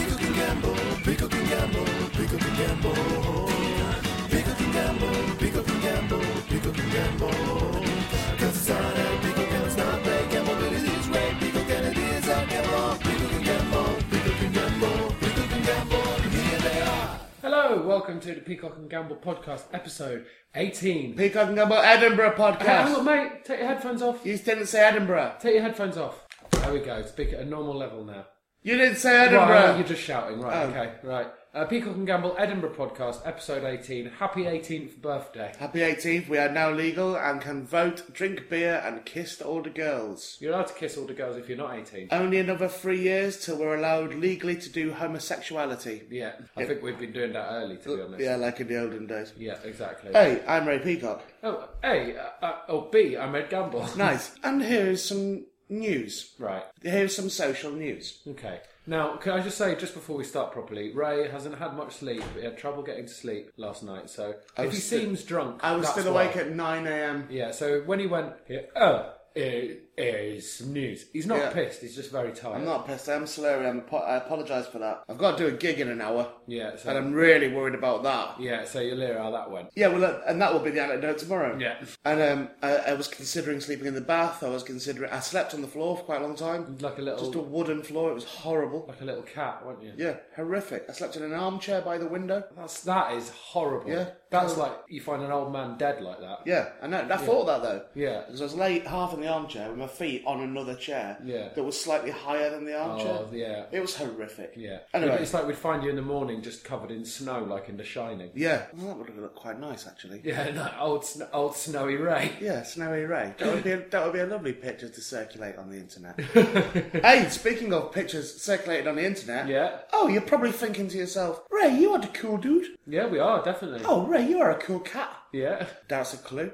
gamble, pick up and gamble, pick up and gamble. Pick up and gamble, pick up and gamble, pick up and gamble. Cause it's not a pick up and it's not a gamble, but it is way. Pick up and it is a gamble, pick up and gamble, pick up and gamble, pick up and gamble. And here they are. Hello, welcome to the Peacock and Gamble podcast, episode 18. Peacock and Gamble Edinburgh Hang on, podcast. mate, take your headphones off. You didn't say Edinburgh. Take your headphones off. There we go, speak at a normal level now. You didn't say Edinburgh. Right, you're just shouting, right, Oh. okay, right. Uh, Peacock and Gamble Edinburgh podcast, episode 18. Happy 18th birthday. Happy 18th. We are now legal and can vote, drink beer, and kiss all the girls. You're allowed to kiss all the girls if you're not 18. Only another three years till we're allowed legally to do homosexuality. Yeah, I think we've been doing that early, to be honest. Uh, Yeah, Uh, like in the olden days. Yeah, exactly. Hey, I'm Ray Peacock. Oh, A, uh, uh, oh, B, I'm Ed Gamble. Nice. And here is some news. Right. Here's some social news. Okay. Now, can I just say, just before we start properly, Ray hasn't had much sleep. He had trouble getting to sleep last night, so if was he sti- seems drunk, I was that's still awake why. at 9 a.m. Yeah. So when he went, he- oh, it is news. He's not Yeah. pissed. He's just very tired. I'm not pissed. I'm slurry. I'm apo- I apologise for that. I've got to do a gig in an hour, Yeah. So and I'm really worried about that. yeah. So you'll hear how that went. Yeah, well, uh, and that will be the anecdote tomorrow. Yeah. And um, I, I was considering sleeping in the bath. I was considering. I slept on the floor for quite a long time. Like a little, Just a wooden floor. It was horrible. like a little cat, weren't you? Yeah, horrific. I slept in an armchair by the window. That's that is horrible. Yeah. That's like you find an old man dead like that. Yeah, I know. I thought that though. Yeah. Because I was laid half in the armchair with my feet on another chair. Yeah. That was slightly higher than the armchair. Oh, yeah. It was horrific. Yeah. Anyway. It's like we'd find you in the morning just covered in snow, like in The Shining. Yeah. Well, that would have looked quite nice actually. Yeah, no, old sn- old snowy Ray. Yeah, Snowy Ray. That would be a, that would be a lovely picture to circulate on the internet. hey, speaking of pictures circulated on the internet, Yeah. Oh, you're probably thinking to yourself, Ray, you are the cool dude. Yeah, we are definitely. Oh, Ray, you are a cool cat. Yeah. That's a clue.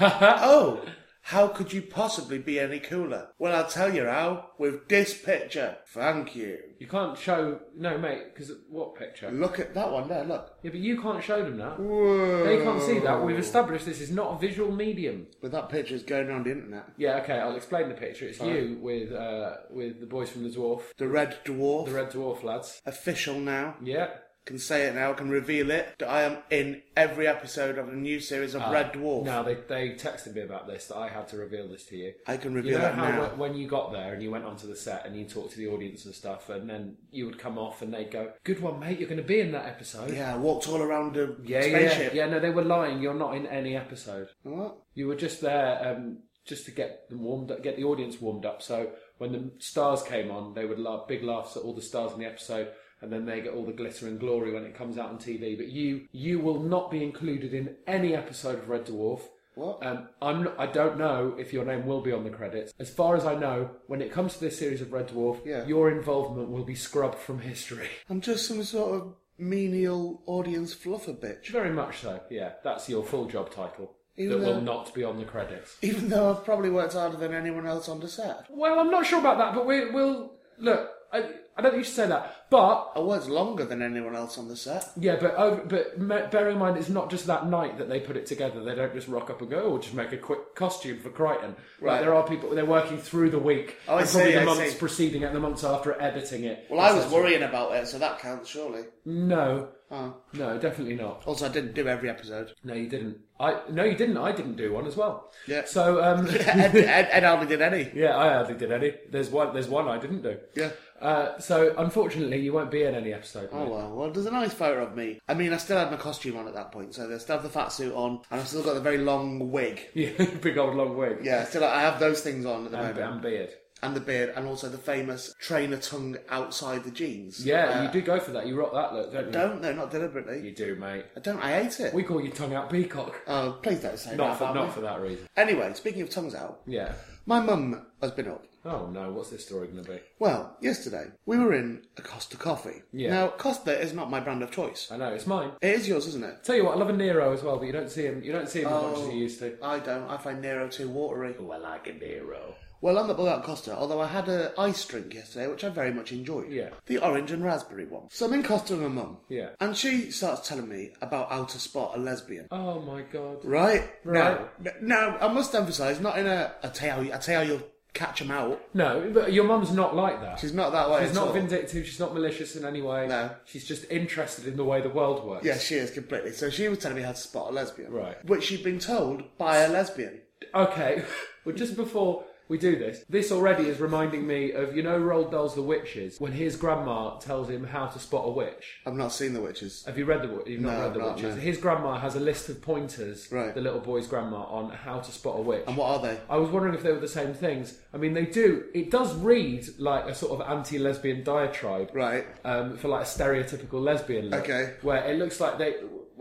oh, how could you possibly be any cooler? Well, I'll tell you how. With this picture. Thank you. You can't show. No, mate, because what picture? Look at that one there. Look. Yeah, but you can't show them that. Whoa. They can't see that. We've established this is not a visual medium. But that picture is going around the internet. Yeah, okay, I'll explain the picture. It's you with uh, with the boys from the dwarf, The Red Dwarf. the red dwarf lads. Official now. Yeah. Can say it now. Can reveal it. That I am in every episode of a new series Ah, of Red Dwarf. Now they they texted me about this that I had to reveal this to you. I can You reveal know that how now. wh- when you got there and you went onto the set and you talked to the audience and stuff, and then you would come off and they'd go, "Good one, mate. You're going to be in that episode." Yeah, I walked all around the yeah, yeah, spaceship. yeah. No, they were lying. You're not in any episode. What? You were just there um, just to get them warmed up, get the audience warmed up. So when the stars came on, they would laugh big laughs at all the stars in the episode, and then they get all the glitter and glory when it comes out on TV. But you, you will not be included in any episode of Red Dwarf. What? Um, I'm. Not, I don't know if your name will be on the credits. As far as I know, when it comes to this series of Red Dwarf, Yeah. your involvement will be scrubbed from history. I'm just some sort of menial audience fluffer bitch. Very much so. Yeah, that's your full job title. Even that will though- not be on the credits. Even though I've probably worked harder than anyone else on the set. Well, I'm not sure about that, but we, we'll look. I, I don't think you should say that, but I worked longer than anyone else on the set. yeah, but over, but ma- bear in mind, it's not just that night that they put it together. They don't just rock up and go, "Oh, just make a quick costume for Crichton." Right. Right. there are people they're working through the week, Oh, I and probably see, the I months see. preceding it, the months after it, editing it. Well, I was etc. worrying about it, so that counts, surely. No, Oh. no, definitely not. Also, I didn't do every episode. No, you didn't. I no, you didn't. I didn't do one as well. Yeah. So um, Ed, Ed, Ed hardly did any. yeah, I hardly did any. There's one. There's one I didn't do. Yeah. Uh, so unfortunately, you won't be in any episode. Oh mate. well, well, there's a nice photo of me. I mean, I still had my costume on at that point, so I still have the fat suit on, and I've still got the very long wig. Yeah, big old long wig. Yeah, still I have those things on at the and, uh, moment, and beard. and the beard, and also the famous trainer tongue outside the jeans. Yeah, Uh, you do go for that. You rock that look, don't you? Don't no, not deliberately. You do, mate. I don't. I hate it. We call you tongue out peacock. Oh, please don't say Not that. for about not me. for that reason. Anyway, speaking of tongues out, Yeah. my mum has been up. Oh no, what's this story going to be? Well, yesterday we were in a Costa coffee. Yeah. Now Costa is not my brand of choice. I know it's mine. It is yours, isn't it? Tell you what, I love a Nero as well, but you don't see him. You don't see him as much as Oh. you used to. I don't. I find Nero too watery. Oh, I like a Nero. Well, I'm not about Costa, although I had a ice drink yesterday, which I very much enjoyed. Yeah. The orange and raspberry one. So I'm in Costa with my mum. Yeah. And she starts telling me about how to spot a lesbian. Oh my god. Right? Right. Now, now, I must emphasise, not in a, I tell you, I tell you catch them out. No, but your mum's not like that. She's not that way She's at not all. vindictive. She's not malicious in any way. No. She's just interested in the way the world works. Yeah, she is completely. So she was telling me how to spot a lesbian, Right. Which she'd been told by a lesbian. Okay. Well, just before we do this, this already is reminding me of you know Roald Dahl's The Witches when his grandma tells him how to spot a witch. I've not seen the witches. Have you read the Wi- you've not No, read the I've not, witches? no. His grandma has a list of pointers, Right. the little boy's grandma, on how to spot a witch. And what are they? I was wondering if they were the same things. I mean, they do. It does read like a sort of anti-lesbian diatribe, Right. um, for like a stereotypical lesbian look. Okay. Where it looks like they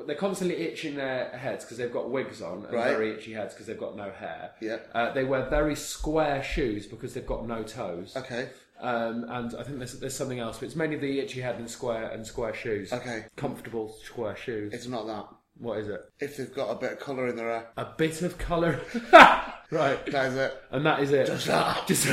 they're constantly itching their heads because they've got wigs on and Right. very itchy heads because they've got no hair. Yeah. Uh, they wear very square shoes because they've got no toes. Okay. Um, and I think there's there's something else, but it's mainly the itchy head and square and square shoes. Okay. Comfortable square shoes. It's not that. what is it? If they've got a bit of colour in their hair, A bit of colour. right. that's it. And that is it. Just that. Just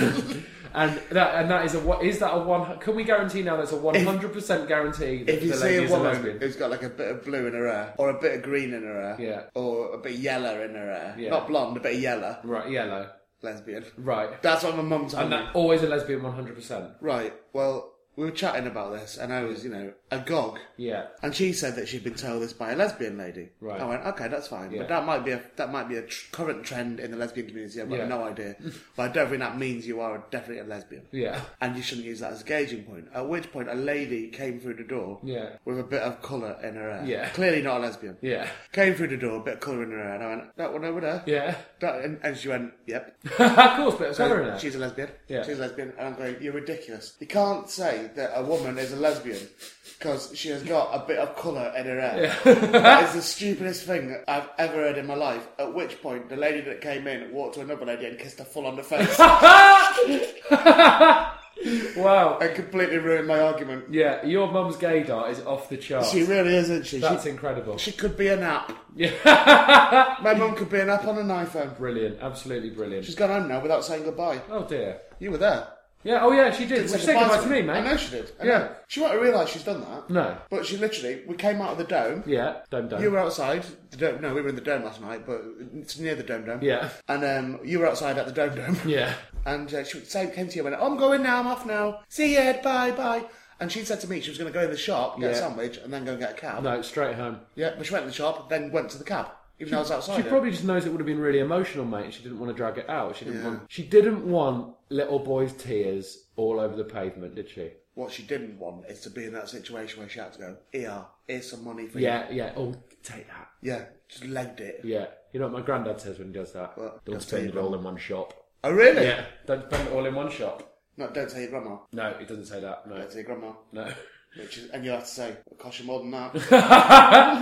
and that and that is a what is that a one? Can we guarantee now? That's a one hundred percent guarantee. That If you the see lady a is woman lesbian. who's got like a bit of blue in her hair, or a bit of green in her hair, Yeah. or a bit of yellow in her hair, Yeah. not blonde, a bit of yellow, right, yellow, lesbian. right, That's what my mum told and me. that always a lesbian one hundred percent. Right. Well, we were chatting about this, and I was, you know, agog. Yeah, And she said that she'd been told this by a lesbian lady. Right. I went, okay, that's fine, Yeah. but that might be a that might be a tr- current trend in the lesbian community. I've got Yeah. no idea, but I don't think that means you are definitely a lesbian. yeah, And you shouldn't use that as a gauging point. At which point, a lady came through the door Yeah. with a bit of colour in her hair. Yeah. Clearly not a lesbian. yeah, Came through the door, a bit of colour in her hair, and I went, that one over there? yeah. That, and, and she went, yep. of course, bit of colour in there. She's a lesbian. Yeah. She's a lesbian. And I'm going, you're ridiculous. You can't say that a woman is a lesbian because she has got a bit of colour in her hair. that is the stupidest thing I've ever heard in my life. At which point, the lady that came in walked to another lady and kissed her full on the face Wow. and completely ruined my argument. Yeah, your mum's gaydar is off the charts. She really isn't she? That's she, incredible. she could be an app. my mum could be an app on an iPhone. Brilliant, absolutely brilliant. She's gone home now without saying goodbye. Oh dear. You were there. Yeah. Oh yeah, she did. She said goodbye to me, I mate. know she did. I Yeah. know. She won't realise she's done that. No. But she literally, we came out of the dome. Yeah. Don't You don't. were outside. The dome, no, we were in the dome last night, but it's near the dome dome. Yeah. And um, you were outside at the dome dome. Yeah. And uh, she say, came to you and went, I'm going now, I'm off now. See you, Ed, bye, bye. And she said to me she was going to go in the shop, get a Yeah. sandwich, and then go and get a cab. No, straight home. Yeah, but she went in the shop, then went to the cab, even though I was outside. She it. probably just knows it would have been really emotional, mate. and She didn't want to drag it out. She didn't Yeah. want. She didn't want little boys' tears all over the pavement, did she? What she didn't want is to be in that situation where she had to go, here, here's some money for Yeah, yeah. Oh, take that. you. Yeah, just legged it. Yeah. You know what my granddad says when he does that? What? Don't Just tell spend your it all in one shop. Oh, really? Yeah. Don't spend it all in one shop. No, don't tell your grandma. No, he doesn't say that. No. Don't tell your grandma. No. Which is, and you have to say, it cost you more than that.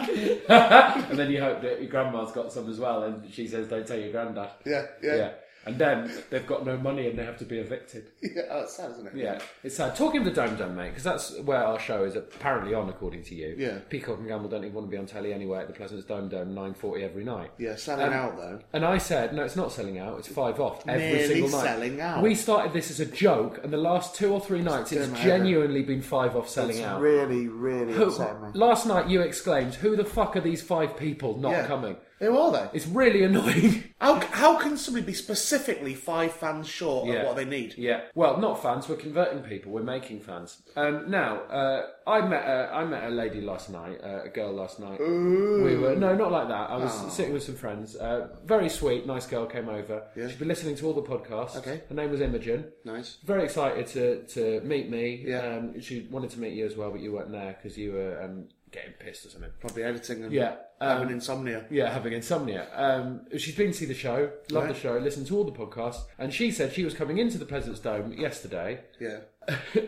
and then you hope that your grandma's got some as well, and she says, "Don't tell your granddad." yeah, yeah. yeah. And then they've got no money and they have to be evicted. oh, it's sad, isn't it? Yeah, it's sad. Talking of the Dome Dome, mate, because that's where our show is apparently on, according to you. Yeah. Peacock and Gamble don't even want to be on telly anyway at the Pleasance Dome Dome, 9.40 every night. Yeah, Um, selling out though. And I said, no, it's not selling out, it's five off every Nearly single night. selling out. We started this as a joke, and the last two or three nights it's doing my head in. genuinely been five off selling out. really, really Who- last night you exclaimed, who the fuck are these five people not Yeah. coming? Who are they? It's really annoying. How, how can somebody be specifically five fans short Yeah. of what they need? Yeah. Well, not fans. We're converting people. We're making fans. Um, now, uh, I met a, I met a lady last night, uh, a girl last night. We were no, not like that. I was Oh. sitting with some friends. Uh, very sweet, nice girl came over. Yeah. She'd been listening to all the podcasts. Okay. Her name was Imogen. Nice. Very excited to, to meet me. Yeah. Um, she wanted to meet you as well, but you weren't there because you were um, getting pissed or something. Probably editing and Yeah. Uh, Um, having insomnia. Yeah, having insomnia. Um, she's been to see the show, loved Right. the show, listened to all the podcasts, and she said she was coming into the Pleasance Dome yesterday Yeah.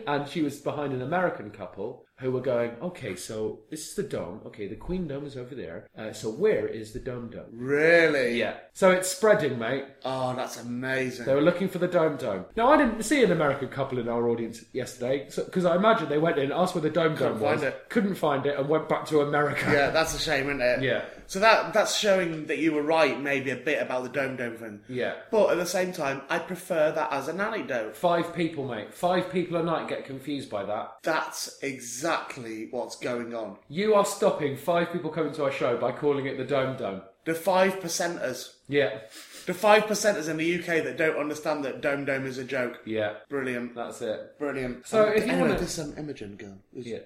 and she was behind an American couple who were going, okay, so this is the dome. Okay, the Queen Dome is over there. Uh, so where is the Dome Dome? Really? Yeah. So it's spreading, mate. Oh, that's amazing. They were looking for the Dome Dome. Now, I didn't see an American couple in our audience yesterday because I imagine they went in, asked where the Dome Dome find was, it. couldn't find it, and went back to America. yeah, that's a shame, isn't it? Yeah. So that that's showing that you were right, maybe a bit about the dome dome thing. Yeah. But at the same time, I prefer that as an anecdote. Five people, mate. Five people a night get confused by that. That's exactly what's going on. You are stopping five people coming to our show by calling it the Dome Dome. The five percenters. Yeah, The five percenters in the UK that don't understand that Dome Dome is a joke. yeah, Brilliant. that's it. Brilliant. So Um, if you anyway, wanna- this um, Imogen girl. Is, Yeah,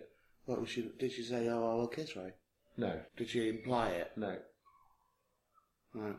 What was she? Did she say, "Oh, I will kiss Ray"? no, Did she imply it? no. Right.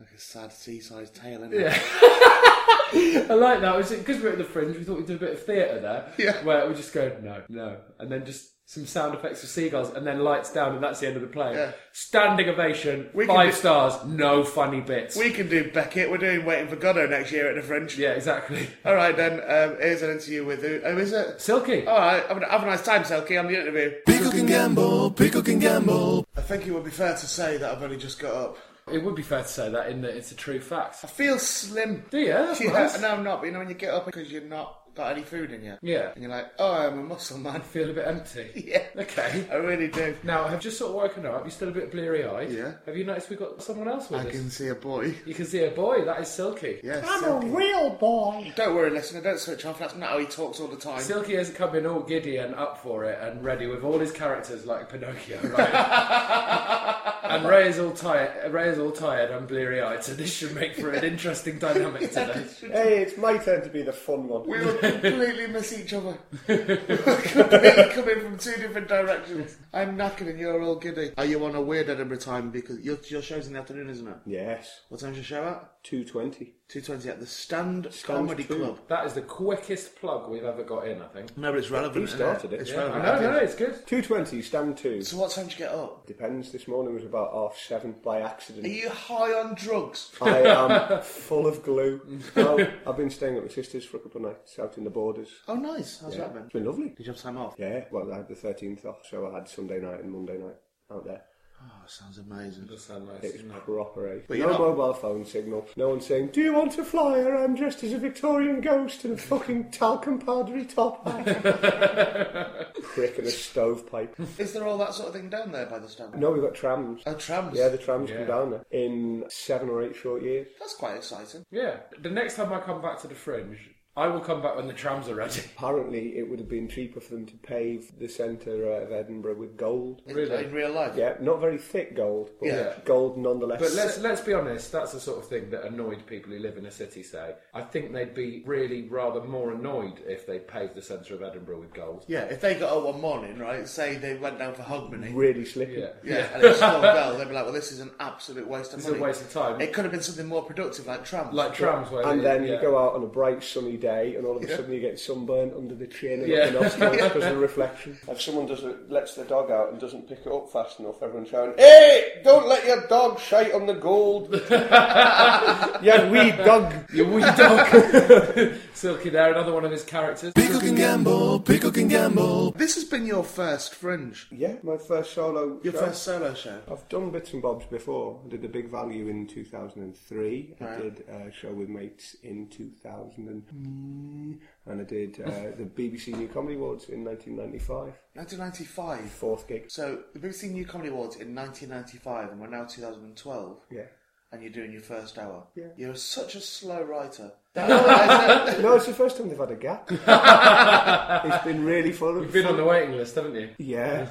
Like a sad seaside tale, is Yeah. I like that. Because we're at the fringe, we thought we'd do a bit of theatre there. Yeah. Where we just go, no, no. And then just some sound effects of seagulls and then lights down and that's the end of the play. Yeah. Standing ovation, We can five do- stars, no funny bits. We can do Beckett. We're doing Waiting for Godot next year at the Fringe. Yeah, exactly. All right, then. Um, here's an interview with who? Oh, is it? Silky. All right. Have a, have a nice time, Selkie. On the interview. Pickle can gamble, pickle can gamble. I think it would be fair to say that I've only just got up. It would be fair to say that in that it's a true fact. I feel slim. Do you? That's Yeah, nice. No, I'm not. But you know when you get up because you've not got any food in you. Yeah. And you're like, oh, I'm a muscle man. Feel a bit empty. yeah. Okay. I really do. Now, I've just sort of woken up. You're still a bit bleary eyed. Yeah. Have you noticed we've got someone else with I us? can see a boy. You can see a boy. That is Silky. Yes. real boy. Don't worry, listener. Don't switch off. That's not how he talks all the time. Silky has come in all giddy and up for it and ready with all his characters like Pinocchio, right? and Ray is all tired. Ray is all tired and bleary-eyed, so this should make for an interesting dynamic today. Hey, it's my turn to be the fun one. we will completely miss each other. We're coming from two different directions. I'm knackered and you're all giddy. Are you on a weird Edinburgh time? Because your, your show's in the afternoon, isn't it? Yes, What time's your show at? 220. 2.20 at the Stand, Stand Comedy Two. Club. That is the quickest plug we've ever got in, I think. No, but it's relevant. You isn't started it. It's Yeah, I relevant. know, no, it's good. 220, stand two. So what time did you get up? Depends, this morning was about half seven by Are accident. you high on drugs? I am full of glue. Well, I've been staying at my sister's for a couple of nights out in the borders. Oh, nice. How's Yeah, that been? It's been lovely. Did you have time off? Yeah, well, I had the 13th off, so I had Sunday night and Monday night out there. Oh, sounds amazing. Does sound nice. It was proper, eh? But no you're not- mobile phone signal. No one saying, "Do you want a flyer? I'm dressed as a Victorian ghost in a fucking talcum powdery top hat, prick and a stovepipe." Is there all that sort of thing down there by the Stand? No, we've got trams. Oh, trams. Yeah, the trams Yeah. come down there in seven or eight short years. That's quite exciting. Yeah. The next time I come back to the fringe, I will come back when the trams are ready. Apparently, it would have been cheaper for them to pave the centre uh, of Edinburgh with gold. In- Really? In, real life. Yeah, not very thick gold, but Yeah. gold nonetheless. But let's let's be honest, that's the sort of thing that annoyed people who live in a city say. I think they'd be really rather more annoyed if they paved the centre of Edinburgh with gold. Yeah, if they got up one morning, right, say they went down for hug money, really slippery. Yeah. yeah, and it was full of gold, they'd be like, well, this is an absolute waste of It's a money. waste of time. It could have been something more productive, like trams. Like trams where and they- then yeah. you go out on a bright sunny day, and all of a Yeah. sudden you get sunburned under the chin and Yeah. up the nostrils because of the reflection. If someone does a, lets their dog out and doesn't pick it up fast enough, everyone's shouting, "Hey! Don't let your dog shite on the gold." yeah, we dog. You wee dog. Silky there, another one of his characters. Pickle can gamble, pickle can gamble. This has been your first fringe, Yeah, my first solo. your show. first solo show. I've done bits and bobs before. I did the Big Value in 2003. I did a show with mates in 2000, and, and I did uh, the BBC New Comedy Awards in 1995. 1995. Fourth gig. So the BBC New Comedy Awards in 1995, and we're now 2012, Yeah. and you're doing your first hour. Yeah. You're such a slow writer. That- No, it's the first time they've had a gap. it's been really fun. You've been on the waiting list, haven't you? Yeah,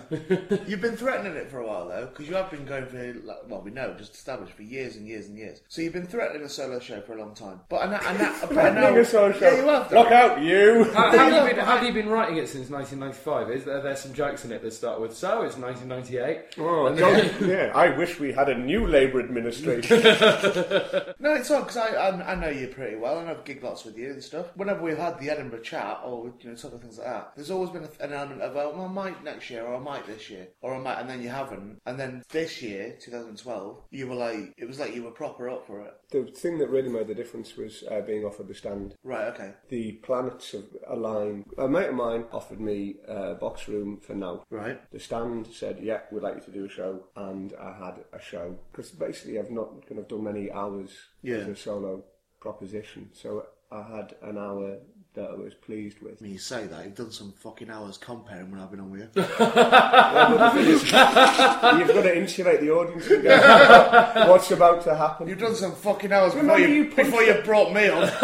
You've been threatening it for a while though, because you have been going for like, well, we know, just established for years and years and years. So you've been threatening a solo show for a long time. But and and but I know, Threatening a solo show. yeah, you have. Ah. Knock Done. out you. How, how have you been, how have you been writing it since 1995? Is there there's some jokes in it that start with so? It's 1998. Oh, don't- yeah. I wish we had a new Labour administration. No, it's on because I, I I know you pretty well, and I've gigged lots with you and stuff. Whenever we've had the Edinburgh chat or you know talking things like that, there's always been a, an element of oh, well, I might next year, or I might this year, or I might, and then you haven't, and then this year, 2012, you were like, it was like you were proper up for it. the thing that really made the difference was uh, being offered the stand. Right? Okay. The planets have aligned. A mate of mine offered me a box room for now. Right. The stand said, "Yeah, we'd like you to do a show," and I had a show because basically I've not kind of done many hours Yeah. as a solo proposition. So I had an hour that I was pleased with. When you say that, you've done some fucking hours comparing when I've been on with you. You've got to insulate the audience. and go, What's about to happen? you've done some fucking hours before Remember you, you punched before you brought me on.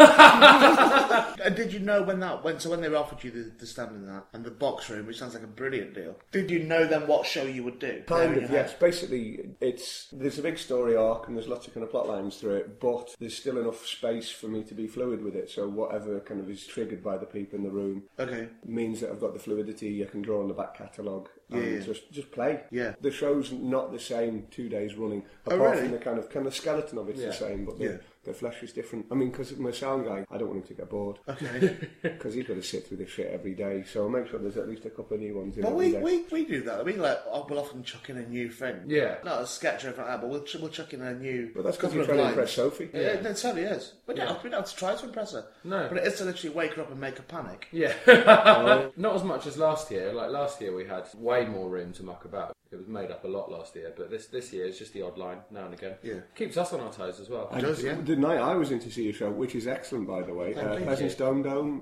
and did you know when that when so when they offered you the, the stand in that and the box room, which sounds like a brilliant deal? Did you know then what show you would do? Kind Knowing of, you had- yes. Basically, it's there's a big story arc and there's lots of kind of plot lines through it, but there's still enough space for me to be fluid with it. So whatever kind of is triggered by the people in the room Okay. means that I've got the fluidity. I can draw on the back catalogue and Yeah. just just play. Yeah. the show's not the same two days running. Oh, Apart really? from the kind of kind of skeleton of it's Yeah. the same, but the, Yeah. the flesh is different. I mean, because my sound guy, I don't want him to get bored Okay. because he's got to sit through this shit every day. So I make sure there's at least a couple of new ones in. But every we, day. we, we do that. We like oh, we'll often chuck in a new thing. Yeah. Not a sketch or anything like that, but we'll, ch- we'll chuck in a new. But that's because couple you're of trying to lines. impress Sophie. Yeah, it certainly is. We don't, Yeah. have, we don't have to try to impress her. No. But it is to literally wake her up and make her panic. Yeah. Oh. Not as much as last year. Like last year, we had way more room to muck about. It was made up a lot last year, but this this year is just the odd line now and again. Yeah. Keeps us on our toes as well. And does, yeah. The night I was in to see your show, which is excellent, by the way, uh, you. Stone Dome,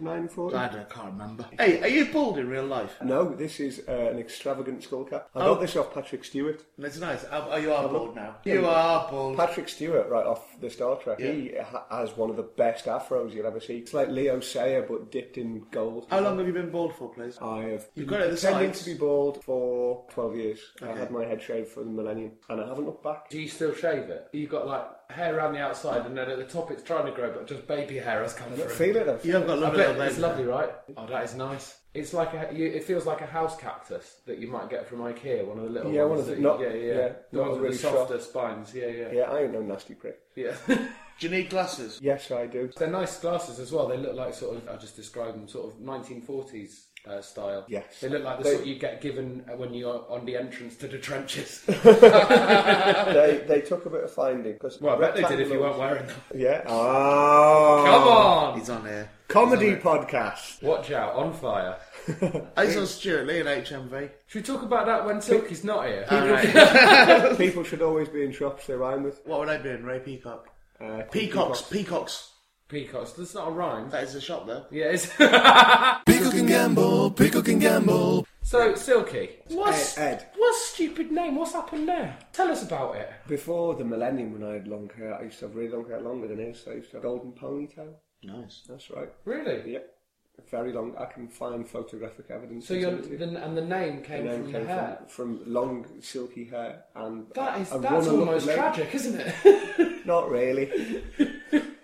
nine forty. I, don't, I can't remember. Hey, are you bald in real life? No, this is uh, an extravagant skull cap. I Oh. got this off Patrick Stewart. It's nice. Are, are you are bald now? You are bald. Patrick Stewart, right off the Star Trek, he ha- has one of the best afros you'll ever see. It's like Leo Sayer, but dipped in gold. How long have you been bald for, please? I have You've got it at the pretending sides. to be bald for 12 years. I Okay. had my head shaved for the millennium, and I haven't looked back. Do you still shave it? You got like hair around the outside, and then at the top it's trying to grow, but just baby hair has come through. Feel it, though. You have got a I lovely bet little it's baby. lovely, right? Oh, that is nice. It's like a, you, it feels like a house cactus that you might get from IKEA, one of the little Yeah, ones. one of that the- you- not- yeah, yeah, yeah, the not ones with really the softer spines. Yeah, yeah, Yeah, I ain't no nasty prick. yeah. Do you need glasses? Yes, I do. They're nice glasses as well. They look like sort of I just described them sort of 1940s uh, style. Yes. they look like the They- sort you get given uh, when you're on the entrance to the trenches. they, they took a bit of finding. Cause Well, I bet they did if you weren't wearing them. Yeah. Oh. Come on, He's on here. Comedy podcast. watch out, on fire. I saw Stuart Lee in HMV. Should we talk about that when Silky's not here? People should always be in shops they rhyme with. What were they doing? Ray Peacock. Uh, Peacocks, Peacocks. Peacocks. That's not a rhyme. That is a shop there. Yeah, it's Peacock and Gamble, Peacock and Gamble. so Silky. What's- Ed, Ed. What stupid name? What's happened there? Tell us about it. Before the millennium, when I had long hair, I used to have really long hair, longer than his. I used to have golden ponytail. Nice. That's right. Really? Yeah. Very long. I can find photographic evidence. So and your send it to you. the, and the name came And then from the came hair. From, from long silky hair and That is and that's one look almost later- tragic, isn't it? Not really.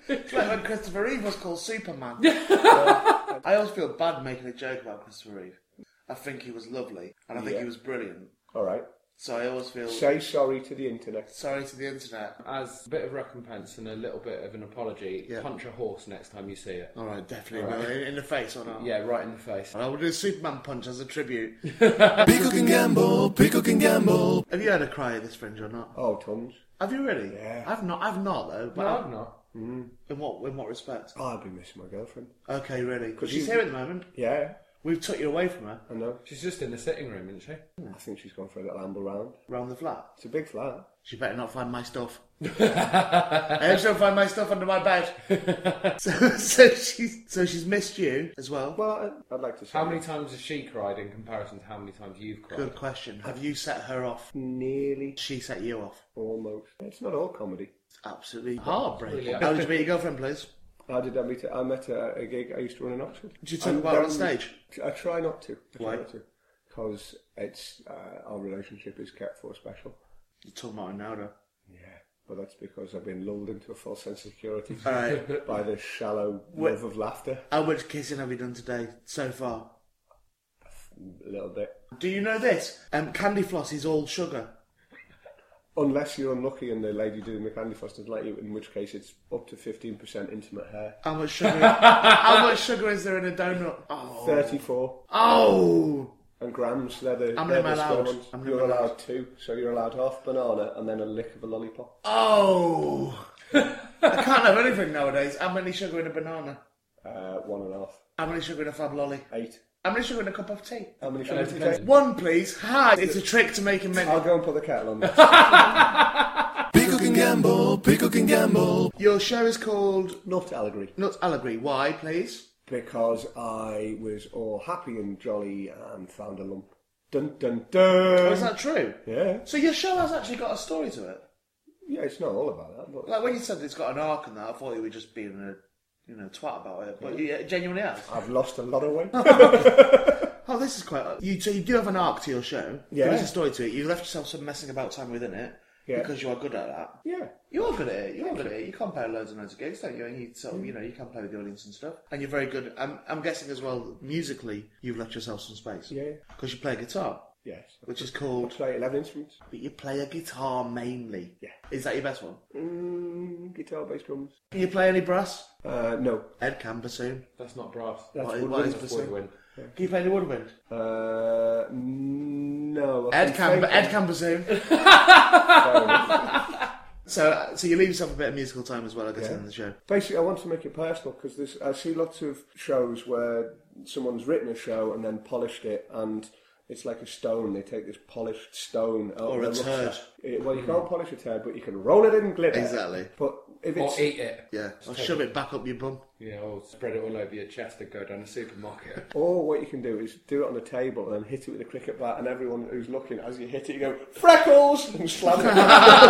It's like when Christopher Reeve was called Superman. I always feel bad making a joke about Christopher Reeve. I think he was lovely, and I think Yeah. he was brilliant. All right. So I always feel Say sorry to the internet. sorry to the internet. As a bit of recompense and a little bit of an apology, Yeah. punch a horse next time you see it. All right, definitely. will. In, in the face or not? Yeah, right in the face. And I will do a Superman punch as a tribute. Peacock and Gamble, Peacock and Gamble. Have you had a cry at this fringe or not? Oh, tons. Have you really? Yeah. I've not. I've not though. But No, I've- I'm not. in what in what respect? Oh, I'd be missing my girlfriend. Okay, really. Because she's you- here at the moment. Yeah, We've took you away from her I know. She's just in the sitting room, isn't she? I think she's gone for a little amble round. round the flat. It's a big flat. She better not find my stuff. I hope she don't find my stuff under my bed. so, so she's so she's missed you as well. Well, I- I'd like to say How many times has she cried in comparison to how many times you've cried? Good question. Have you set her off? nearly, She set you off. almost. It's not all comedy. Absolutely heartbreaking. Really? How did you meet your girlfriend, please? How did I meet her? I met her at a gig I used to run in Oxford. Did you talk about her on stage? I try not to. I try Why? Not to. Because it's uh, our relationship is kept for special. You're talking about her now, though. Yeah, but that's because I've been lulled into a false sense of security All right. by the shallow love of laughter. How much kissing have you done today so far? A little bit. Do you know this? Um, candy floss is all sugar. Unless you're unlucky and the lady doing the candy floss doesn't like you, in which case it's up to 15% intimate hair. How much sugar? how much sugar is there in a donut? Oh, 34. oh! and grams. They're the, How many they're am I the square allowed? ones. How many You're am I allowed, allowed? two, so you're allowed half banana and then a lick of a lollipop. Oh! I can't have anything nowadays. How many sugar in a banana? Uh, one and a half, How many sugar in a fab lolly? eight. How many sugar in a cup of tea? How many shots did you depends. take? One, please. Hi. It's a trick to making many. I'll go and put the kettle on. That. Peacock and Gamble, Peacock and Gamble. Your show is called Not allegory. Nuts Allegory. Why, please? because I was all happy and jolly and found a lump. Dun dun dun. Oh, is that true? Yeah, So your show has actually got a story to it. yeah. It's not all about that, but Like when you said it's got an arc and that, I thought you were just being a you know twat about it, but yeah, it genuinely has. I've lost a lot of weight. Oh, this is quite. You so you do have an arc to your show. Yeah. There is a story to it. You left yourself some messing about time within it. Yeah. Because you are good at that. yeah, You are good at it. You are good at it. You compare loads and loads of gigs, don't you? And you Mm. sort of, you know, you can play with the audience and stuff. And you're very good. I'm, I'm guessing as well, musically, you've left yourself some space. Yeah. Because you play guitar, yes. which is I called. play eleven instruments. But you play a guitar mainly. Yeah. Is that your best one? Mm, guitar, bass, drums. Can you play any brass? Uh, no, Ed can bassoon. That's not brass. that's What- woodwind. what is That's bassoon? woodwind. Can you play any woodwind? Uh, no. I Ed can, think- but Ed can bassoon. Fair enough. so, so you leave yourself a bit of musical time as well, I guess, in the show. Basically, I want to make it personal because I see lots of shows where someone's written a show and then polished it, and it's like a stone. They take this polished stone out Or a of the rucksack. turd. It- well, you can't polish a turd, but you can roll it in glitter. Exactly. But if Or it's eat it. Yeah. Or shove it back up your bum. Yeah, or spread it all over your chest and go down the supermarket. or what you can do is do it on a table and then hit it with a cricket bat, and everyone who's looking as you hit it, you go freckles and slam it.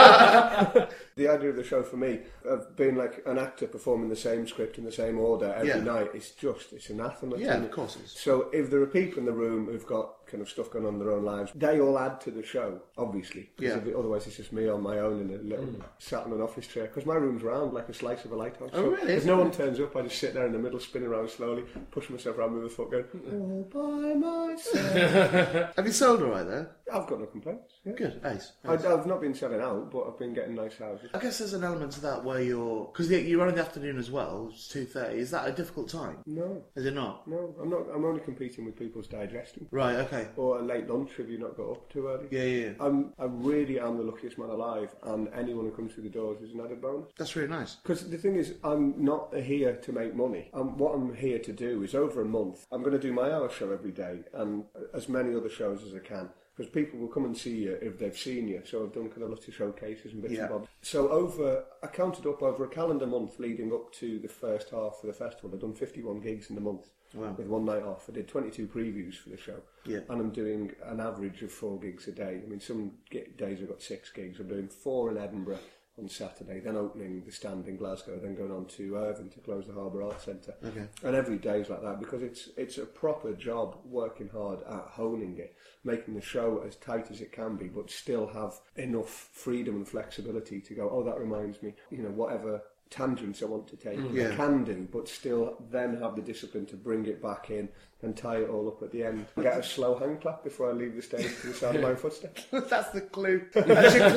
the idea of the show for me of being like an actor performing the same script in the same order every Yeah. night, it's just it's anathema. to Yeah, me. of course it is. So if there are people in the room who've got kind of stuff going on in their own lives, they all add to the show, obviously. Because Yeah. if it- otherwise it's just me on my own in a little sat on an office chair. Because my room's round like a slice of a lighthouse. Oh, really? If no one turns up, I just sit there in the middle, spinning around slowly, pushing myself around with a foot, going all by myself. Have you sold all right there? I've got no complaints. Yeah. Good, ace. I, I've not been selling out, but I've been getting nice houses. I guess there's an element to that where you're because you're on in the afternoon as well. It's two thirty. Is that a difficult time? No, Is it not? no, I'm not. I'm only competing with people's digestion Right. Okay. or a late lunch if you not got up too early. Yeah, yeah, yeah. I'm, I really am the luckiest man alive, and anyone who comes through the doors is an added bonus. That's really nice. Because the thing is, I'm not here to make money. Um, what I'm here to do is over a month, I'm going to do my hour show every day and as many other shows as I can. Because people will come and see you if they've seen you. So I've done kind of lots of showcases and bits Yeah. and bobs. So over, I counted up over a calendar month leading up to the first half of the festival. I've done 51 gigs in the month Wow. with one night off. I did 22 previews for the show. Yeah. And I'm doing an average of four gigs a day. I mean, some ge- days I've got six gigs. I'm doing four in Edinburgh on Saturday, then opening the stand in Glasgow, then going on to Irvine to close the Harbour Arts Centre. Okay. And every day's like that because it's it's a proper job working hard at honing it, making the show as tight as it can be, but still have enough freedom and flexibility to go, oh, that reminds me, you know, whatever tangents I want to take, Mm. Yeah. I can do, but still then have the discipline to bring it back in and tie it all up at the end. Get a slow hand clap before I leave the stage to the sound of my own footsteps. That's the clue. That's your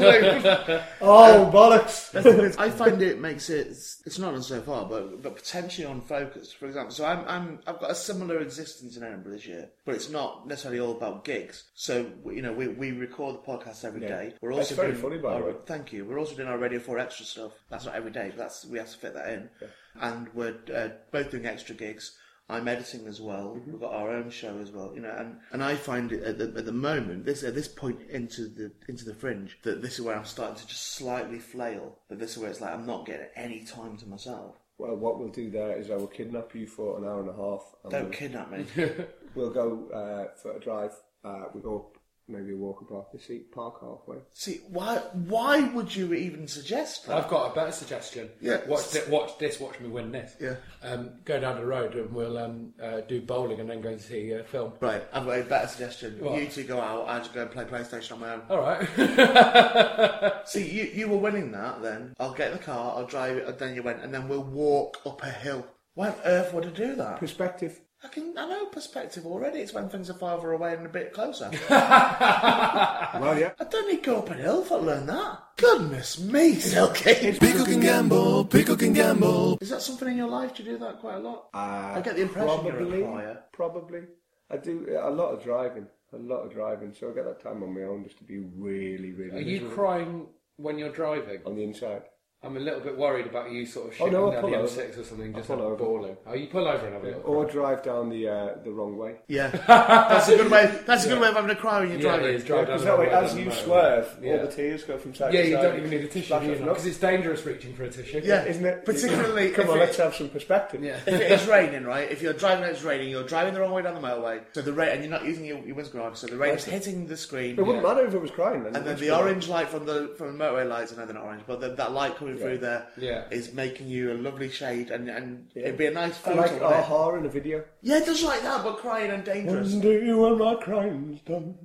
clue. Oh, bollocks! That's the clue. I find it makes it. It's not on so far, but but potentially on focus. For example, so I'm I'm I've got a similar existence in Edinburgh this year, but it's not necessarily all about gigs. So you know we, we record the podcast every Yeah. day. We're That's also very doing funny, by the our- way. Thank you. We're also doing our Radio 4 extra stuff. That's not every day, but that's we have to fit that in. And we're uh, both doing extra gigs. I'm editing as well. Mm-hmm. We've got our own show as well, you know. And, and I find it at the, at the moment, this at this point into the into the fringe, that this is where I'm starting to just slightly flail. That this is where it's like I'm not getting any time to myself. Well, what we'll do there is I will kidnap you for an hour and a half. Oh, And Don't we'll- kidnap me. We'll go uh, for a drive. Uh, we'll go up, maybe walk about the seat, park halfway. See why? Why would you even suggest that? I've got a better suggestion. Yeah. Watch this, watch this, watch me win this. Yeah. Um, go down the road and we'll um, uh, do bowling and then go and see a film. Right, I've got a better suggestion. What? You two go out. I just go and play PlayStation on my own. All right. See, you, you were winning that then. I'll get in the car, I'll drive it, and then you went, and then we'll walk up a hill. Why on earth would I do that? Perspective. I can, I know perspective already. It's when things are farther away and a bit closer. Well, yeah. I don't need to go up a hill for learn that. Goodness me, Silky. Pickle can gamble, pickle can gamble. Is that something in your life? Do you do that quite a lot? Uh, I get the impression probably, you're a crier. Probably. I do a lot of driving. A lot of driving. So I get that time on my own just to be really, really Are you miserable crying when you're driving? on the inside. I'm a little bit worried about you sort of Oh, shipping no, I'll down the pull M6 or something, just pull like over. bawling. Oh, you pull over and have a look. Or drive down the uh, the wrong way. Yeah, that's a good way. That's a good way of having a cry when you're Yeah, it driving. is. Drive down Because the that wrong way, way as down you the motorway. swerve, Yeah. all the tears go from side Yeah, to you side. don't even need a tissue Flashes and because it's dangerous reaching for a tissue. Yeah, Isn't it? Particularly Come if on, it- let's have some perspective. yeah. if it is raining, right? If you're driving and it's raining, you're driving the wrong way down the motorway. So the rain, and you're not using your, your windscreen on, so the rain is hitting the screen. It wouldn't matter if it was crying. Then. And then the orange light from the from the motorway lights, I know they're not orange, but the, that light coming through there is Yeah. making you a lovely shade, and, and Yeah. it'd be a nice I photo. like wouldn't it? aha in a video. Yeah, it does like that, but crying and dangerous. do when my crying's done.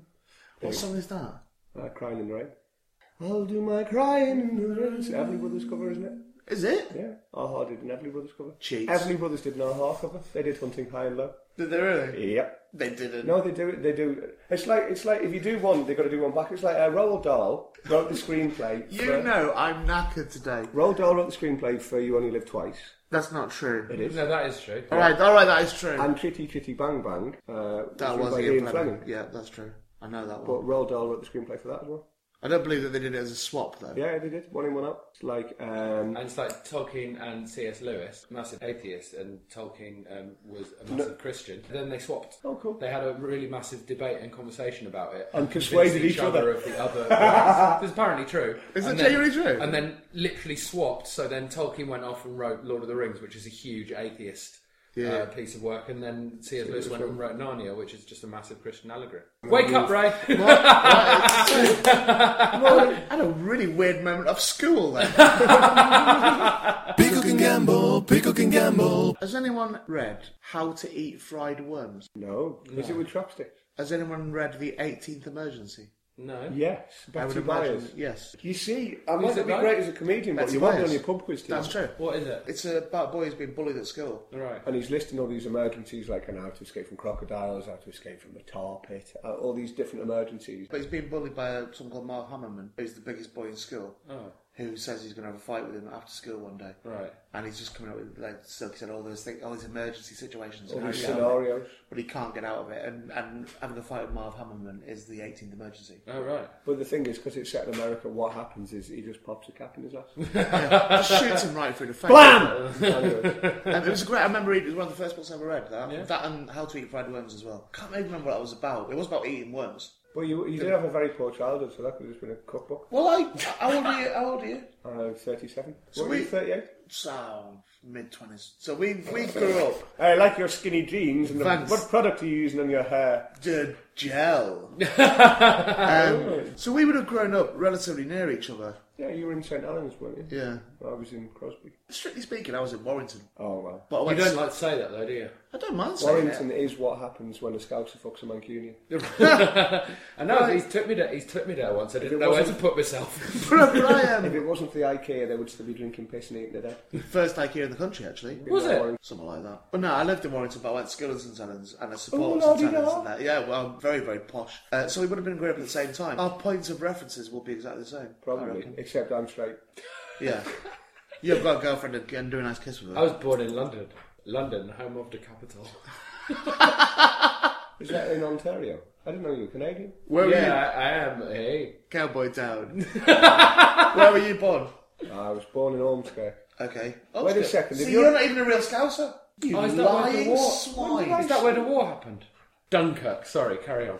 What song is that? Uh, crying in the rain. I'll do my crying in the rain. It's an Everly Brothers cover, isn't it? Is it? Yeah. Aha did an Everly Brothers cover. Cheats. Everly Brothers did an Aha cover. They did Hunting High and Low. Did they really? Yep. They didn't. No, they do. They do. It's like it's like if you do one, they've got to do one back. It's like uh, Roald Dahl wrote the screenplay. You for, know I'm knackered today. Roald Dahl wrote the screenplay for You Only Live Twice. That's not true. It is. No, that is true. All right, all right, that is true. And Chitty Chitty Bang Bang. Uh, that written was by Ian Ian Fleming. Fleming. Yeah, that's true. I know that one. But Roald Dahl wrote the screenplay for that as well. I don't believe that they did it as a swap though. Yeah, they did. One in, one out. It's like um, And it's like Tolkien and C.S. Lewis, massive atheists, and Tolkien um, was a massive Christian. Then they swapped. Oh, cool. They had a really massive debate and conversation about it. And convinced persuaded each other. of the other. It's apparently true. Is it And then- genuinely true? And then literally swapped. So then Tolkien went off and wrote Lord of the Rings, which is a huge atheist. Yeah. Uh, piece of work, and then C.S. Lewis went off and wrote Narnia, which is just a massive Christian allegory. Wake up, Ray! I had a really weird moment of school then. Pickle can gamble, pickle can gamble. Has anyone read How to Eat Fried Worms? no, is it with chopsticks? Has anyone read The 18th Emergency? no, Yes, Betty I would Byers. imagine, yes. You see, I might it not be right? great as a comedian, but Betty you won't be Byers. on your pub quiz team. That's true. what is it? It's about a boy who's been bullied at school. Right. And he's listing all these emergencies, like an how to escape from crocodiles, how to escape from the tar pit, uh, all these different emergencies. But he's being bullied by uh, someone called Mark Hammerman, who's the biggest boy in school, Oh. who says he's going to have a fight with him after school one day. Right. And he's just coming up with, like, so he said, all those things, all these emergency situations. All and how these to get out of it. scenarios. But he can't get out of it. And, and having a fight with Marv Hammerman is the 18th emergency. Oh, right. But the thing is, because it's set in America, what happens is he just pops a cap in his ass. just shoots him right through the face. BAM! Anyway, Um, it was great. I remember it was one of the first books I ever read. That, Yeah. that and How to Eat Fried Worms as well. Can't even remember what that was about. It was about eating worms. but you, you did have a very poor childhood, so that could have just been a cookbook. Well, I how old are you? How old are you? Uh, 37. So what were you, we- 38? So mid twenties. So we we grew up. I Uh, like your skinny jeans. And the, Thanks. what product are you using on your hair? The gel. um, so we would have grown up relatively near each other. Oh, Yeah, you were in St. Helens, weren't you? Yeah. I was in Crosby. Strictly speaking, I was in Warrington. Oh, well. But I, You went don't like to say that, though, do you? I don't mind saying Warrington it. is what happens when a Scouser fucks a Mancunian. I know he's took me there. He's took me there once. I didn't know where to put myself. But I If am it wasn't for the IKEA, they would still be drinking piss and eating it up. first IKEA in the country, actually. Was it? Something like that. But no, I lived in Warrington, but I went to school in St Helens and I Oh, supported la St di Helens da. and that. Yeah, well, I'm very, very posh. Uh, so we would have been growing up at the same time. Our points of references will be exactly the same. I Probably. reckon. Except I'm straight. Yeah. You've got a girlfriend and- and do a nice kiss with I Oh, her. was born in London, London, home of the capital. Is that in Ontario? I didn't know you were Canadian. Where were yeah, you? I, I am. Hey, Cowboy Town. Where were you born? Ah, I was born in Ormskirk. Okay. Wait a second, So if you're, you're- not even a real scouser? You Oh, is that where the lying war- swine. is that where the war happened? Dunkirk. Sorry, carry on.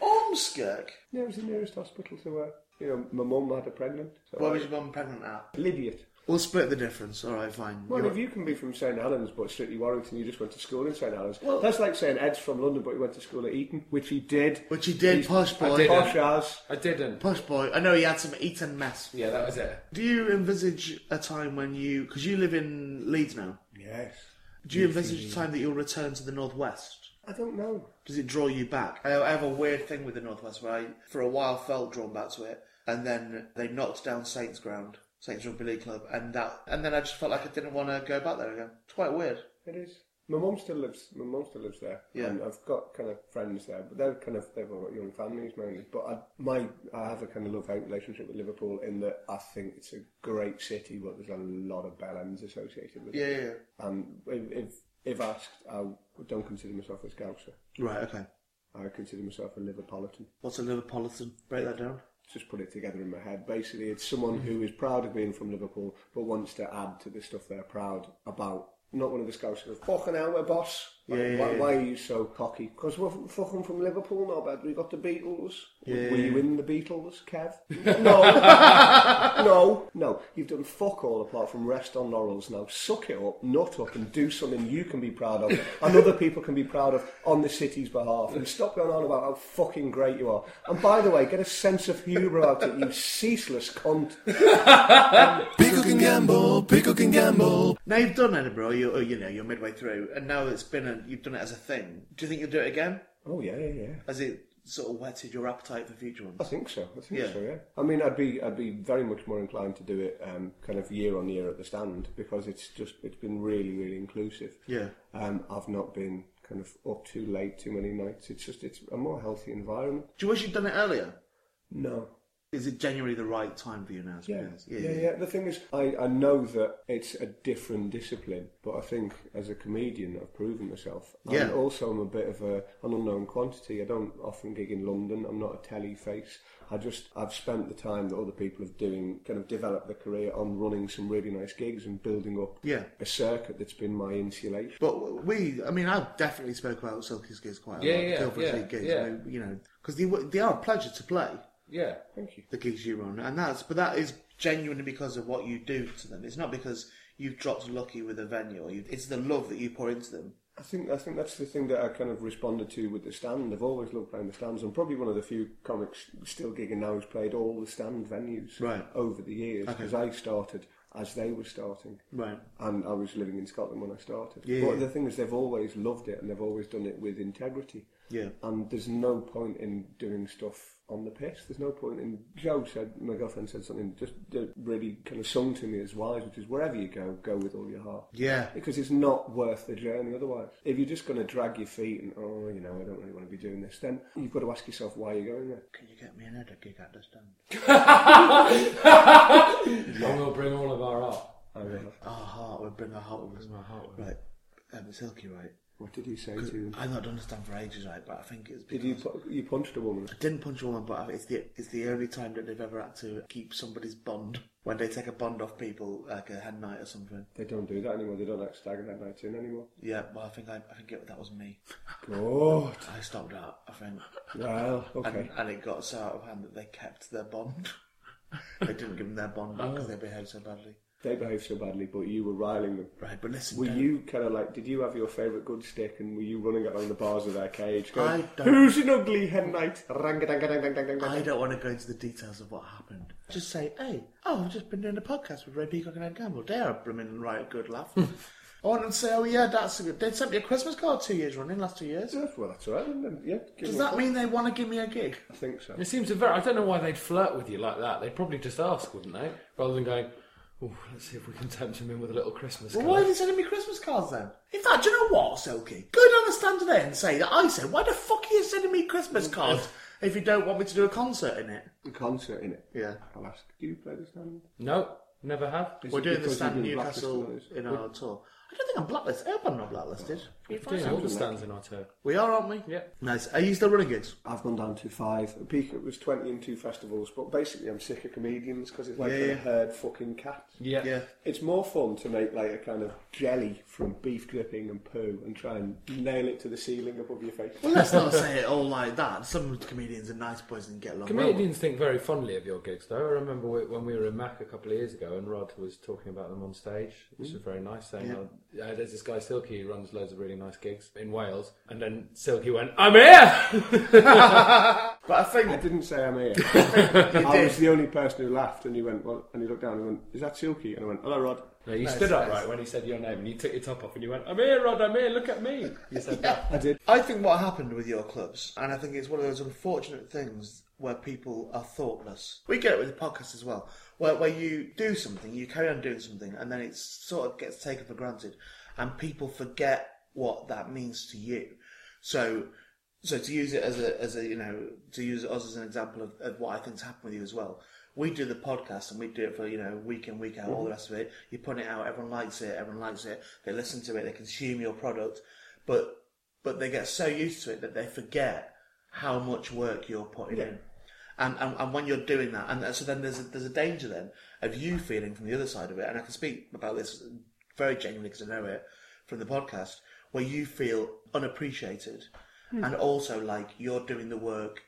Ormskirk? Yeah, it was the nearest hospital to where, you know, my mum had a pregnant. So Where was your mum pregnant at? Lydiate. We'll split the difference. All right, fine. Well, You're- if you can be from St Helens but strictly Warrington, you just went to school in St Helens. Well- That's like saying Ed's from London but he went to school at Eton, which he did. Which he did, He's posh boy. did. Posh as. I didn't. Posh boy. I know he had some eaten mess. Yeah, that was it. Do you envisage a time when you... Because you live in Leeds now. Yes. Do you envisage a time that you'll return to the Northwest? I don't know. Does it draw you back? I I have a weird thing with the Northwest where I, for a while, felt drawn back to it, and then they knocked down Saints Ground, Saints Rugby League Club, and that, and then I just felt like I didn't want to go back there again. It's quite weird. It is. My mum still lives. My mum still lives there. Yeah. And I've got kind of friends there, but they're kind of they've all got young families mainly. But I, my I have a kind of love hate relationship with Liverpool in that I think it's a great city, but there's a lot of bell ends associated with Yeah, it. yeah, yeah. And if, if if asked, I don't consider myself a Scouser. Right. Okay. I consider myself a Liverpolitan. What's a Liverpolitan? Break that down. just put it together in my head. Basically, it's someone who is proud of being from Liverpool but wants to add to the stuff they're proud about. Not one of the scouts who goes, fucking hell, we're boss. Like, Yeah, yeah, why, yeah. why are you so cocky? Because we're from- fucking from Liverpool, no bad. We got the Beatles. Yeah. Were you in the Beatles, Kev? No. no. No. You've done fuck all apart from rest on laurels now. Suck it up, nut up, and do something you can be proud of and other people can be proud of on the city's behalf. And stop going on about how fucking great you are. And by the way, get a sense of humour about it, you ceaseless cunt. Pickle can gamble, pickle can gamble. Now you've done Edinburgh, you or, you know you're midway through, and now it's been a, you've done it as a thing. Do you think you'll do it again? Oh, yeah, yeah, yeah. Has it sort of whetted your appetite for future ones? I think so. I think Yeah. so. Yeah. I mean, I'd be I'd be very much more inclined to do it um, kind of year on year at the stand because it's just it's been really really inclusive. Yeah. Um, I've not been kind of up too late too many nights. It's just it's a more healthy environment. Do you wish you'd done it earlier? No. Is it genuinely the right time for you now? I Yeah. suppose? yeah, yeah, The thing is, I, I know that it's a different discipline, but I think as a comedian, I've proven myself. Yeah. And also, I'm a bit of a, an unknown quantity. I don't often gig in London. I'm not a telly face. I just I've spent the time that other people have doing kind of developed their career on running some really nice gigs and building up Yeah. a circuit that's been my insulation. But we, I mean, I've definitely spoke about Silky's gigs quite a Yeah, lot. yeah, Guildford's yeah, League gigs, yeah. I mean, you know, because they, were- they are a pleasure to play. Yeah. Thank you. the gigs you run, and that's but that is genuinely because of what you do to them. It's not because you've dropped lucky with a venue. Or you, it's the love that you pour into them. I think I think that's the thing that I kind of responded to with the stand. I've always loved playing the stands. I'm probably one of the few comics still gigging now who's played all the stand venues Right. over the years because I started as they were starting. Right. And I was living in Scotland when I started. Yeah, but yeah. the thing is, they've always loved it and they've always done it with integrity. Yeah. And there's no point in doing stuff on the piss. There's no point in. Joe said, my girlfriend said something just that really kind of sung to me as wise, which is wherever you go, go with all your heart Yeah. because it's not worth the journey otherwise. If you're just going to drag your feet and, oh, you know, I don't really want to be doing this, then you've got to ask yourself why you're going there. Can you get me an Edda gig at the stand? And we'll bring all of our art. Our heart would bring our heart with us. My heart would. Right. Um, Silky, right? What did you say to them? I've not done the stand for ages, right? But I think it's because Did you, pu- you punched a woman? I didn't punch a woman, but it's the it's the only time that they've ever had to keep somebody's bond when they take a bond off people, like a hen night or something. They don't do that anymore. They don't like stagger that night in anymore. Yeah. Well, I think I, I think it, that was me. God. I stopped that. I think. Well, And, okay. and it got so out of hand that they kept their bond. they didn't give them their bond back because they behaved so badly. They behaved so badly, but you were riling them. Right, but listen. Were don't- you kind of like, did you have your favourite good stick and were you running along the bars of their cage going, I don't- who's an ugly hen knight? Rang-a-dang-a-dang-dang-dang-dang-dang. I don't want to go into the details of what happened. Just say, hey, oh, I've just been doing a podcast with Ray Peacock and Ed Gamble. They are a blooming right good laugh. Hmm. I want them to say, oh yeah, that's a good. They sent me a Christmas card two years running, last two years. Yeah, Well, that's all right. then. Yeah, give Does them a that fuck. mean they want to give me a gig? I think so. It seems a very. I don't know why they'd flirt with you like that. They'd probably just ask, wouldn't they? Rather than going, oh, let's see if we can tempt him in with a little Christmas Well, card. why are they sending me Christmas cards then? In fact, do you know what, Silky? Go down the stand today and say that I said, why the fuck are you sending me Christmas Mm, cards if you don't want me to do a concert in it? a concert in it. Yeah. I'll ask, do you play the stand? No, never have. Is We're it doing the because you've stand been Newcastle blacklisted? in our tour. I don't think I'm blacklisted. I hope I'm not blacklisted. We're We're doing all the like stands in our tour. We are, aren't we? Yeah. Nice. Are you still running gigs? I've gone down to five. At peak, it was 20 and two festivals, but basically I'm sick of comedians because it's like Yeah, a yeah. herd fucking cat. Yeah. It's more fun to make like a kind of jelly from beef dripping and poo and try and nail it to the ceiling above your face. Well, let's not say it all like that. Some comedians are nice boys and get along. well. Comedians think very fondly of your gigs, though. I remember we- when we were in Mac a couple of years ago, and Rod was talking about them on stage, which was very nice. Saying, oh, uh, "There's this guy Silky who runs loads of really nice gigs in Wales," and then Silky went, "I'm here." But I I think didn't say I'm here. you I was did. the only person who laughed and he went, well, and he looked down and went, is that Silky? And I went, hello Rod. no, you Nice, stood up nice. right when he said your name, and you took your top off, and you went, "I'm here, Rod. I'm here. Look at me." You said that. I did. I think what happened with your clubs, and I think it's one of those unfortunate things where people are thoughtless. We get it with the podcast as well, where, where you do something, you carry on doing something, and then it sort of gets taken for granted, and people forget what that means to you. So, so to use it as a, as a you know, to use us as an example of, of what I think's happened with you as well. We do the podcast and we do it for you know week in week out, all the rest of it. You put it out, everyone likes it, everyone likes it. They listen to it, they consume your product, but but they get so used to it that they forget how much work you're putting in. And, and, and when you're doing that, and so then there's a, there's a danger then of you feeling from the other side of it, and I can speak about this very genuinely because I know it from the podcast, where you feel unappreciated, Hmm. and also like you're doing the work,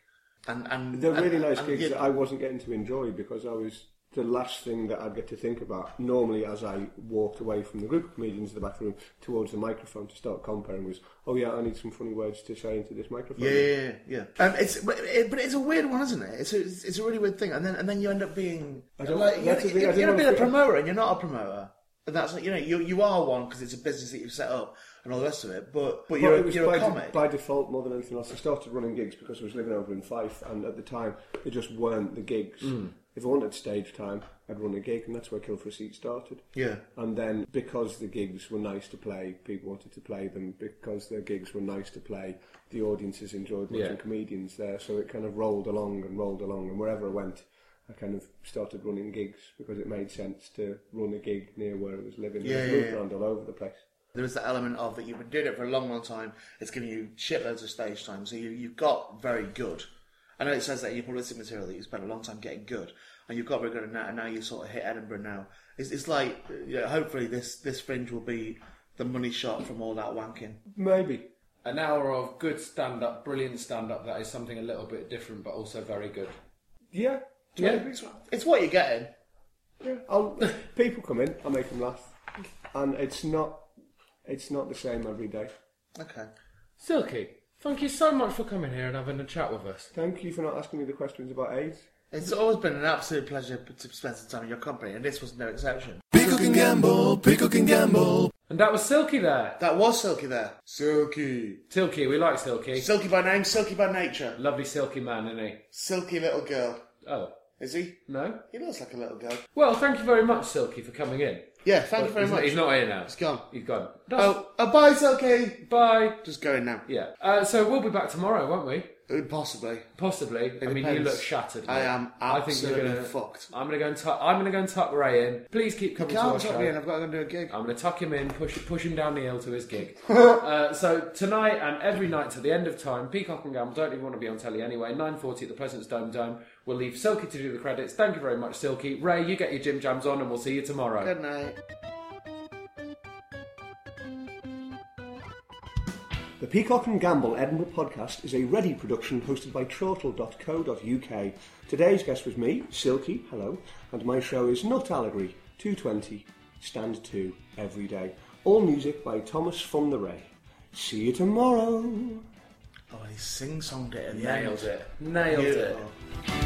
and and They're and- really nice and gigs you- that I wasn't getting to enjoy because I was the last thing that I'd get to think about. Normally, as I walked away from the group of comedians in the back room towards the microphone to start comparing, was, oh yeah, I need some funny words to say into this microphone. Yeah, yeah, yeah. yeah. Um, it's but, it, but it's a weird one, isn't it? It's a, it's, it's a really weird thing, and then and then you end up being I don't- like you're, that's the thing, I you're, don't you're a wanna bit of feel- promoter, and you're not a promoter, and that's not, you know you you are one because it's a business that you've set up and all the rest of it. But but Well, you're, it was you're by, a de- comic. by default more than anything else. I started running gigs because I was living over in Fife, and at the time there just weren't the gigs. Mm. If I wanted stage time, I'd run a gig, and that's where Kill for a Seat started. Yeah. And then because the gigs were nice to play, people wanted to play them. Because the gigs were nice to play, the audiences enjoyed watching Yeah. comedians there. So it kind of rolled along and rolled along, and wherever I went. I kind of started running gigs because it made sense to run a gig near where I was living. Yeah, I was yeah, moved yeah. around all over the place. there is that element of that you've been doing it for a long, long time. It's giving you shitloads of stage time, so you you've got very good. I know it says that in your publicity material that you spent a long time getting good, and you've got very good, and now, and now you sort of hit Edinburgh. Now it's, it's like uh, yeah, hopefully this this fringe will be the money shot from all that wanking. Maybe An hour of good stand up, brilliant stand up that is something a little bit different but also very good. Yeah. Yeah. Maybe. It's what you're getting. Yeah. I'll, people come in, I make them laugh, and it's not it's not the same every day. Okay. Silky, thank you so much for coming here and having a chat with us. Thank you for not asking me the questions about AIDS. It's always been an absolute pleasure to spend some time in your company, and this was no exception. Pickle can gamble, pickle can gamble. And that was Silky there. That was Silky there. Silky. Silky, we like Silky. Silky by name, Silky by nature. Lovely Silky man, isn't he? Silky little girl. Oh, Is he? no? He looks like a little girl. Well, thank you very much, Silky, for coming in. Yeah, thank you very he's, much. He's not here now. He's gone. He's gone. Oh, oh, bye, Silky. Bye. Just going now. Yeah. Uh, so we'll be back tomorrow, won't we? Uh, Possibly. Possibly. I mean, you depends. look shattered. I mate. am I think absolutely you're gonna, fucked. I'm gonna go and tuck. I'm gonna go and tuck Ray in. Please keep coming to Can't our talk show. me in. I've got to go and do a gig. I'm going to tuck him in, push push him down the hill to his gig. uh, so tonight and every night to the end of time, Peacock and Gamble don't even want to be on telly anyway. 9:40 at the President's Dome Dome. We'll leave Silky to do the credits. Thank you very much, Silky. Ray, you get your Jim Jams on, and we'll see you tomorrow. Good night. The Peacock and Gamble Edinburgh podcast is a ready production hosted by chortle.co.uk. Today's guest was me, Silky, hello, and my show is Not Allegory, 220, stand 2, every day. All music by Thomas from the Ray. See you tomorrow. Oh, and he sing-songed it at the end. Nailed it. Nailed it. Beautiful.